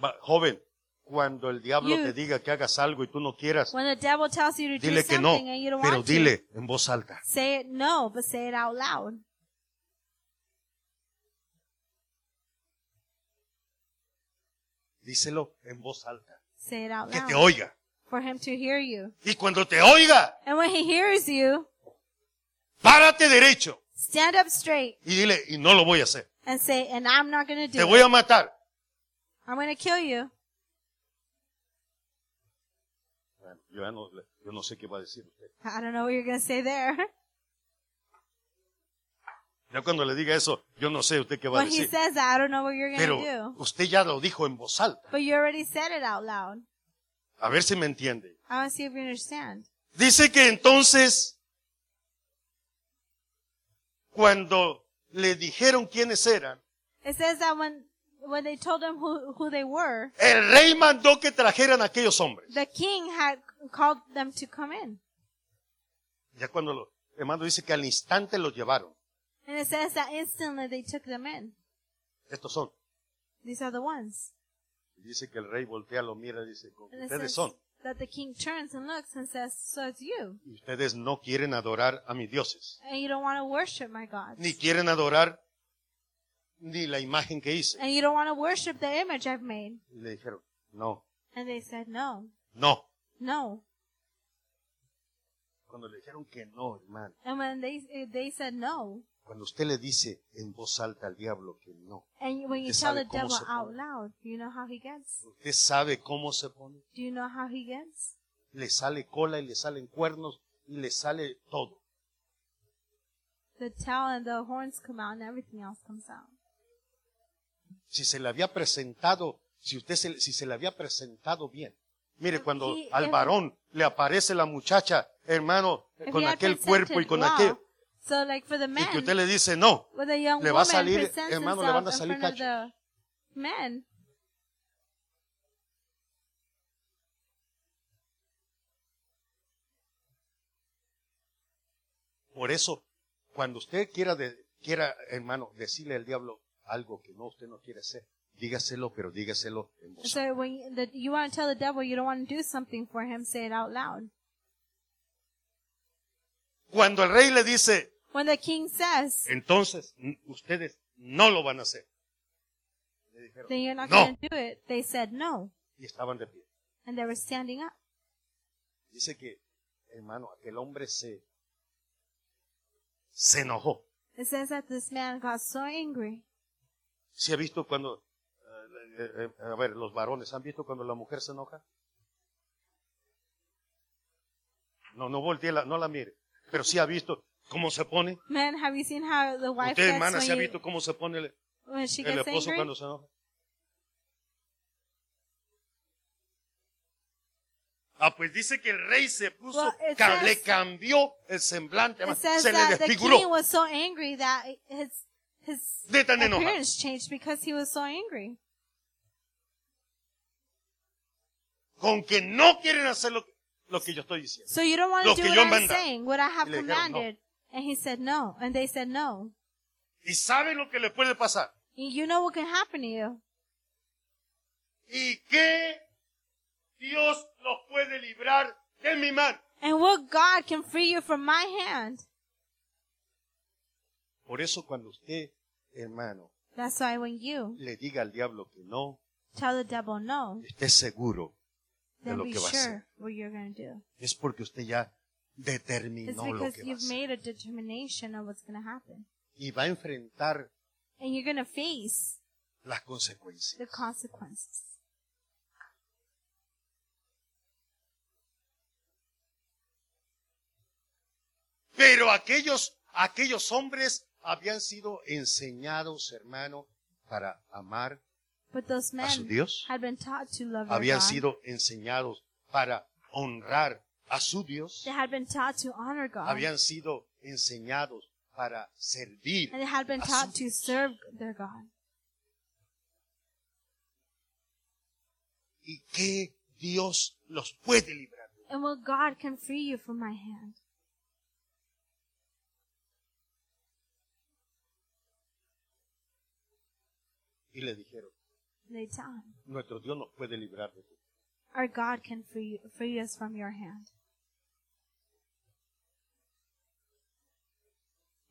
Va- joven, cuando el diablo You- te diga que hagas algo y tú no quieras, When the devil tells you to do dile que something no, and you don't pero want to, dile en voz alta. say it no, but say it out loud. Díselo en voz alta. Say it out Que te loud oiga. for him to hear you. Y cuando te oiga, And when he hears you, párate derecho stand up straight y dile, y no lo voy a hacer. and say, and I'm not going to Te do voy it. a matar. I'm going to kill you. Bueno, yo, ya no, yo no sé qué va a decir usted. I don't know what you're going to say there. Ya cuando le diga eso, yo no sé usted qué va a When he decir. says that, I don't know what you're going to Pero do. usted ya lo dijo en voz alta. But you already said it out loud. A ver si me entiende. I want to see if you understand. Dice que entonces, cuando le dijeron quiénes eran, It says that when, when they told him who, who they were, el rey mandó que trajeran a aquellos hombres. the king had called them to come in. Ya cuando lo, hermano dice que al instante los llevaron. And it says that instantly they took them in. Estos son. These are the ones. Y Dice que el rey voltea, lo mira y dice, "Con- And it says ustedes son. that the king turns and looks and says, so it's you. Y ustedes no quieren adorar a mis dioses. And you don't want to worship my God. Ni quieren adorar ni la imagen que hice. And you don't want to worship the image I've made. Y le dijeron, no, And they said, no, no. no. Cuando le dijeron que no, hermano. And when they, eh, they said no, Cuando usted le dice en voz alta al diablo que no, and when Usted you tell sabe the cómo devil se pone. out loud, you know how he gets? usted sabe cómo se pone. Do you know how he gets? Le sale cola y le salen cuernos y le sale todo. The tail and the horns come out and everything else comes out. si se le había presentado, si usted se, si se le había presentado bien. Mire, cuando Ah, Sí, al es- varón le aparece la muchacha, hermano, If con he had aquel presented cuerpo y con well, aquel, So like for the y que men, usted le dice no, with a young le va a woman salir, presents hermano, le himself van a in salir front of the men. Por eso, cuando usted quiera, de- quiera, hermano, decirle al diablo algo que no usted no quiere hacer, dígaselo, pero dígaselo en voz alta. So when you, the, you want to tell the devil you don't want to do something for him, say it out loud. Cuando el rey le dice, When the king says, entonces n- ustedes no lo van a hacer. Le dijeron, then you're not No. going to do it, they said no. y estaban de pie. And they were standing up. Dice que, hermano, aquel hombre se, se enojó. It says that this man got so angry. ¿Se ha visto cuando, eh, eh, eh, a ver, los varones, ¿han visto cuando la mujer se enoja? No, no voltee, la, no la mire, pero sí ha visto cómo se pone. Man, have you seen how the wife Usted, gets hermana, when, ¿se ha you- visto cómo se pone el, when she el gets esposo angry? cuando se enoja? Ah, pues dice que el rey se puso, Well, it ca- says- le cambió el semblante, It hermano, says se le that the desfiguró. king was so angry that his his De tan enojado. appearance changed because he was so angry. Con que no quieren hacer lo, lo que yo estoy diciendo. So you don't want Lo to que do what yo I'm manda. saying, what I have Y le dijeron, commanded. And he said no. And they said no. Y saben lo que le puede pasar. Y- You know what can happen to you. y que Dios los puede librar de mi mano. And what God can free you from my hand. Por eso cuando usted, hermano, That's why when you le diga al diablo que no, tell the devil no, esté seguro de then lo be que va a hacer. sure what you're going to do. Es porque usted ya It's determinó lo because que va a you've hacer. made a determination of what's going to happen. Y va a enfrentar And you're going to face las consecuencias. the consequences. Pero aquellos, aquellos hombres habían sido enseñados, hermano, para amar, But those men su Dios? had been taught to love their habían God. sido enseñados para honrar a su Dios. They had been taught to honor God. habían sido enseñados para servir. and they had been a taught su- to serve their God. Y que Dios los puede librar. And will God can free you from my hand. Y le dijeron, They tell him, nuestro Dios nos puede librar de ti. Our God can free, you, free us from your hand.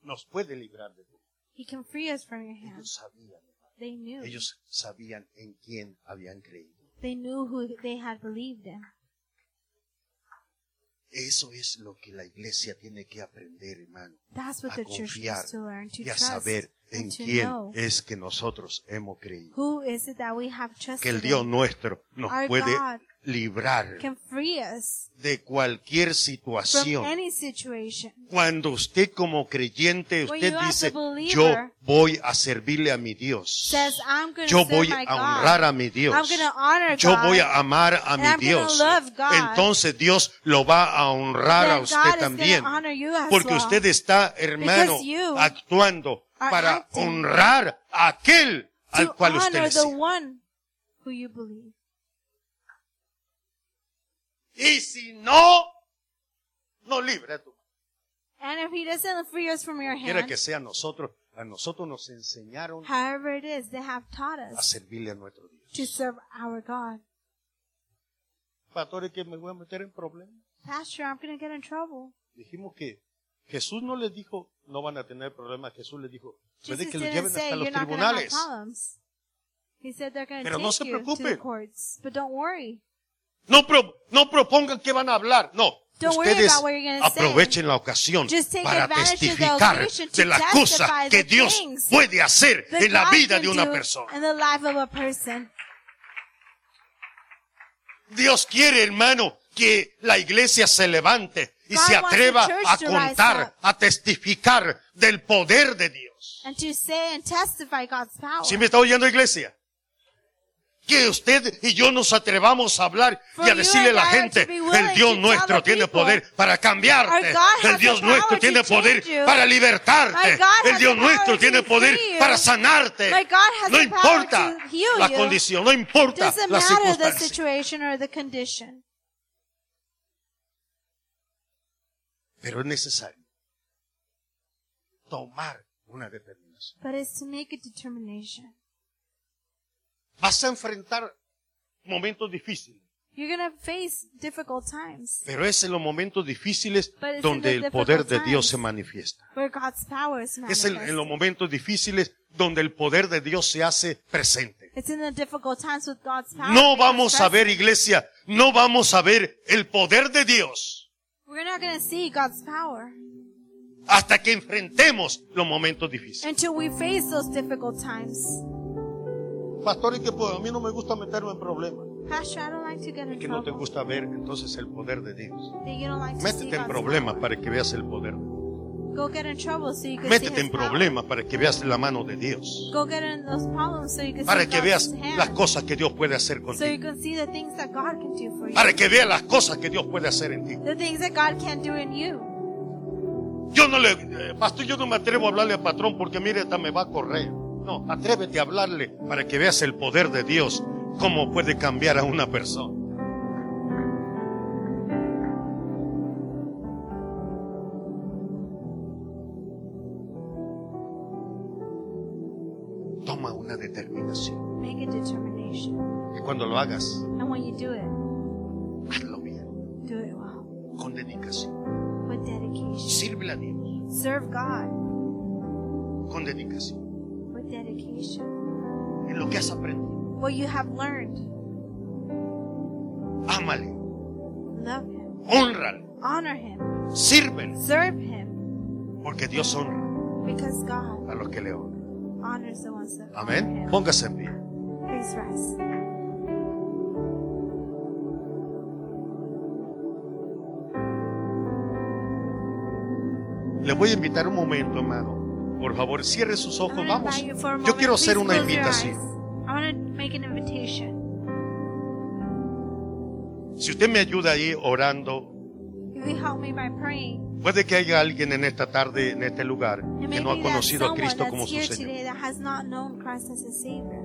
Nos puede librar de ti. He can free us from your hand. Ellos sabían, hermano. They knew. ellos sabían en quién habían creído. They knew who they had believed in. Eso es lo que la iglesia tiene que aprender, hermano. That's what A the church confiar needs to learn, to y a trust, saber en and to quién know es que nosotros hemos creído. who is it that we have Que trusted el Dios in nuestro nos Our puede God librar can free us de cualquier from situación any situation. Cuando usted como creyente, When usted you as dice, a believer yo voy a servirle a mi Dios. Says, I'm going to Yo serve voy my a God. honrar a mi Dios. I'm gonna honor Yo God. voy a amar a And mi I'm gonna Dios. love God. Entonces Dios lo va a honrar a Then God is usted gonna también. honor you as Porque well. usted está, hermano, Because you actuando are para acting honrar a aquel al to cual usted honor le the sirve. one who you believe. Y si no, no libra. And if he doesn't free us from your Quiera que hand, sea nosotros, a nosotros nos enseñaron however it is, they have taught a us servirle a nuestro Dios. to serve our God. Pastor, es que me voy a meter en problemas. Pastor, I'm going to get in trouble. Dijimos que Jesús no les dijo, no van a tener problemas. Jesús les dijo, puede Jesus que los didn't lleven say hasta los you're not going to have tribunales. problems. He said they're going to Pero take no se you to the preocupen. courts. But don't worry. No, pro- no propongan que van a hablar. No. Don't worry Ustedes about what you're gonna say. aprovechen la ocasión Just take para advantage of the testificar occasion to de las cosas testify que the Dios things puede hacer that en la God vida can de una do persona. In the life of a person. Dios quiere, hermano, que la iglesia se levante y God se wants the atreva church a to rise contar, up. a testificar del poder de Dios. And to say and testify God's power. ¿Sí me está oyendo, iglesia? Que usted y yo nos atrevamos a hablar y For a you decirle a la and I to gente, be willing el to Dios tell nuestro the tiene people, poder para cambiarte, "Our God has el Dios the power nuestro to tiene change poder you. para Our libertarte, God has el Dios the power nuestro to tiene poder free you. para sanarte. Our God has No the power importa to heal la you. condición, no importa doesn't la matter the circunstancia. situation or the condition. Pero es necesario tomar una determinación. but it's to make a determination. Vas a enfrentar momentos difíciles, You're going to face difficult times pero es en los momentos difíciles But it's donde in the el poder de difficult Dios times. se manifiesta. where God's power is Es en, manifested. en los momentos difíciles donde el poder de Dios se hace presente. It's in the difficult times with God's power. No vamos a manifested. ver, iglesia, no vamos a ver el poder de Dios We're not going to see God's power hasta que enfrentemos los momentos difíciles. until we face those difficult times. Pastor, ¿y qué puedo? A mí no me gusta meterme en problemas. Pastor, I don't like to get in Que no te trouble. gusta ver entonces el poder de Dios. That you don't like to see Métete en God's problemas power. para que veas el poder. Go get in trouble so you can Métete see en His power. problemas para que veas la mano de Dios. Go get in those problems so you can Para see que veas God's las hand. cosas que Dios puede hacer so you contigo. can see the things that God can do for you. Para que veas las cosas que Dios puede hacer en ti. The things that God can do in you. Yo no le, eh, pastor, yo no me atrevo a hablarle al patrón porque mire, hasta me va a correr. No, atrévete a hablarle para que veas el poder de Dios, cómo puede cambiar a una persona. Toma una determinación Make a determination. y cuando lo hagas, And when you do it, hazlo bien, do it well. con dedicación. With dedication. Sírvele a Dios Serve God con dedicación with dedication. en lo que has aprendido. What you have learned, Ámale, love Him. honrale, Honor Him. sírvele. Serve Him. Porque Dios honra Because God a los que le honran. honors the ones that Amén. honor Him. Póngase en pie. Please rise. Le voy a invitar un momento, hermano. Por favor, cierre sus I'm ojos. gonna Vamos. invite you for a Yo moment. quiero hacer Please una close your invitación. eyes. I want to make an invitation. Si usted me ayuda ahí orando, If you help me by praying, puede que haya alguien en esta tarde, en este lugar, it que may no ha be that conocido a someone Cristo that's como su here Señor. today that has not known Christ as his Savior.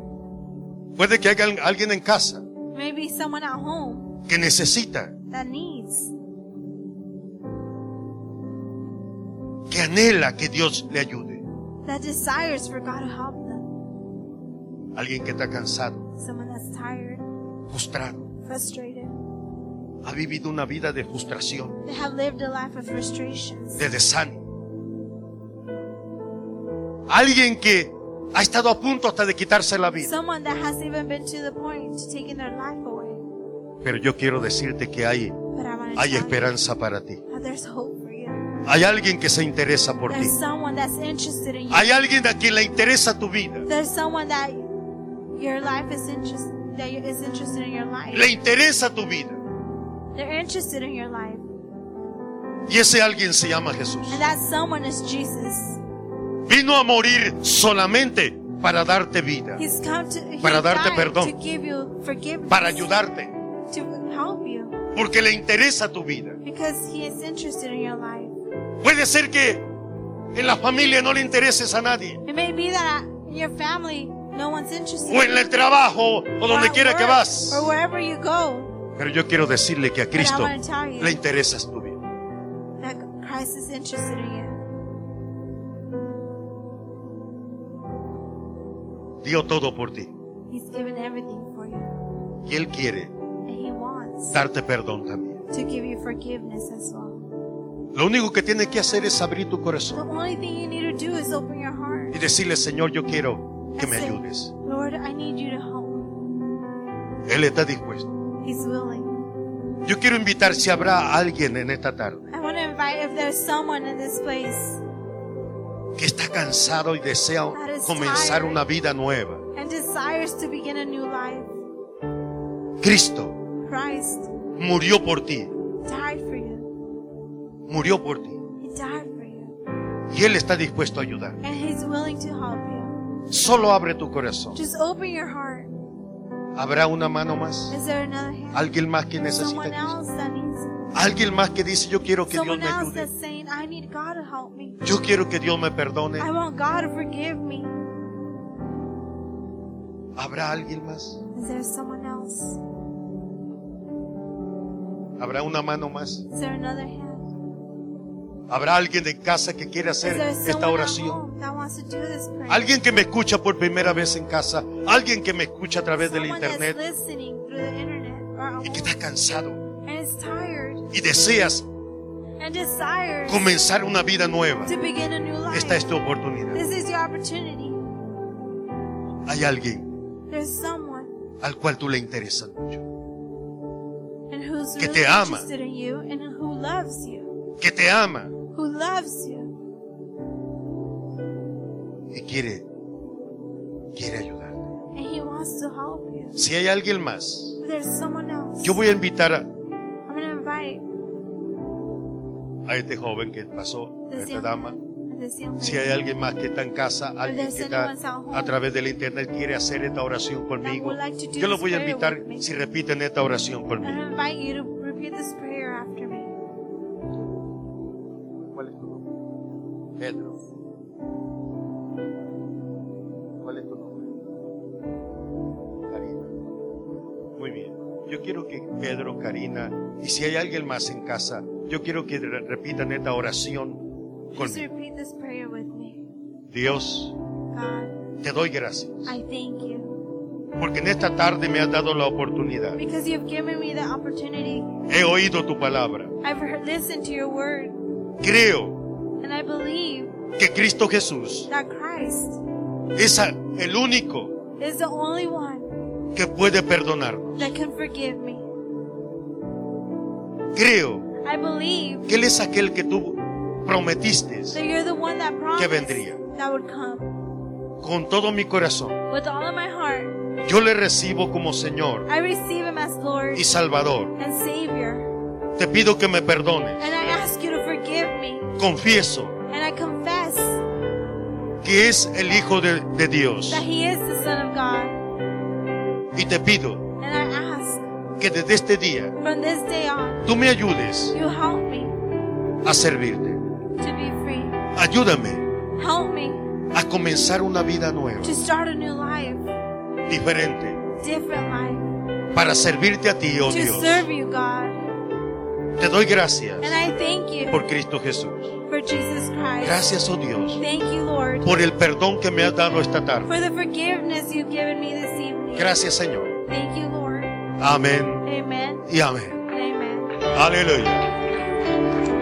Puede que haya alguien en casa Maybe someone at home que necesita, that needs, que anhela que Dios le ayude. that desires for God to help them. Alguien que está cansado, Someone that's tired, frustrado, frustrated. ha vivido una vida de frustración, They have lived a life of frustrations. de desánimo. Alguien que ha estado a punto hasta de quitarse la vida. Someone that has even been to the point to taking their life away. Pero yo quiero decirte que hay, But I want to hay tell you esperanza para ti. that there's hope for you. Hay alguien que se interesa por ti. There's someone that's interested in you. Hay alguien a quien le interesa tu vida. There's someone that your life is interest that is interested in your Le life. interesa tu vida. They're interested in your life, Y ese alguien se llama Jesús. and that someone is Jesus. Vino a morir solamente para darte vida, He's come to he Para darte died perdón. to give you forgiveness, para ayudarte, to help you, porque le interesa tu vida. because he is interested in your life. Puede ser que en la familia no le intereses a nadie, It may be that in your family no one's interested, o en el trabajo, o or donde at quiera que work, vas. or wherever you go, Pero yo quiero decirle que a Cristo wanna tell you. le interesas tu vida. that Christ is interested in you. Dio todo por ti. He's given everything for you, Y Él quiere and he wants darte perdón también. to give you forgiveness as well. Lo único que tienes que hacer es abrir tu The corazón only thing you need to do is open your heart y decirle, Señor, yo quiero que and me say, ayudes. Lord, I need you to help me. Él está dispuesto. He's willing. Yo quiero invitar si habrá alguien en esta tarde I want to invite if there's someone in this place que está cansado y desea That is comenzar tired. una vida nueva. and desires to begin a new life. Cristo Christ murió por ti, died for you. murió por ti. He died for you. Y Él está dispuesto a ayudar. And he's willing to help you. Solo abre tu corazón. Just open your heart. ¿Habrá una mano más? Is there another hand? ¿Alguien más que necesita? a Someone Cristo? else that needs ¿Alguien más que dice, yo quiero que Dios Someone me else ayude? that's saying, I need God to help me. Yo quiero que Dios me perdone. I want God to forgive me. ¿Habrá alguien más? Is there someone else? ¿Habrá una mano más? Is there another hand? Habrá alguien en casa que quiere Is hacer there esta someone at oración. home that wants to do this prayer? Alguien que me escucha por primera vez en casa. Alguien que me escucha a través del Someone that's internet listening through the internet or at y que home está cansado and is tired y deseas and desires comenzar una vida nueva. to begin a new life. Esta es tu oportunidad. This is your opportunity. Hay alguien There's someone al cual tú le interesas mucho, and who's Que really te ama. interested in you and who loves you, que te ama who loves you y quiere quiere ayudarte. and he wants to help you. Si hay alguien más, There's someone else. yo voy a invitar a, I'm gonna invite a este joven que pasó, a this esta young dama. man and this young Si lady. hay alguien más que está en casa, alguien que está a través del internet quiere hacer esta oración conmigo, yo los voy a invitar si repiten esta oración I'm conmigo. gonna invite you to repeat this prayer after me. ¿Cuál es tu nombre? Pedro. ¿Cuál es tu nombre? Karina. Muy bien. Yo quiero que Pedro, Karina, y si hay alguien más en casa, yo quiero que re- repitan esta oración Just conmigo. repeat this prayer with me. Dios, God, te doy gracias, I thank you porque en esta tarde me has dado la oportunidad. because you've given me the opportunity. He oído tu palabra. I've heard, listened to your word, Creo and I believe que Cristo Jesús that Christ es a- el único is the only one que puede perdonarnos. that can forgive me. Creo I believe que Él es aquel que tú prometiste that you're the one that promised vendría. that would come. con todo mi corazón. With all of my heart, Yo le recibo como Señor I receive Him as Lord y Salvador. and Savior, Te pido que me perdones. and I ask you to forgive me. Confieso And I confess que es el Hijo de, de Dios that He is the Son of God, y te pido and I ask que desde este día from this day on, tú me ayudes you help me a servirte. to be free. Ayúdame Help me a comenzar una vida nueva, to start a new life, diferente, different life, para servirte a ti, oh to Dios. serve you, God. Te doy gracias And I thank you por Cristo Jesús. for Jesus Christ. Gracias, oh Dios, Thank you, Lord, por el perdón que me has dado esta tarde. for the forgiveness you've given me this evening. Gracias, Señor. Thank you, Lord. Amén Amen. y amén. Amen. Aleluya.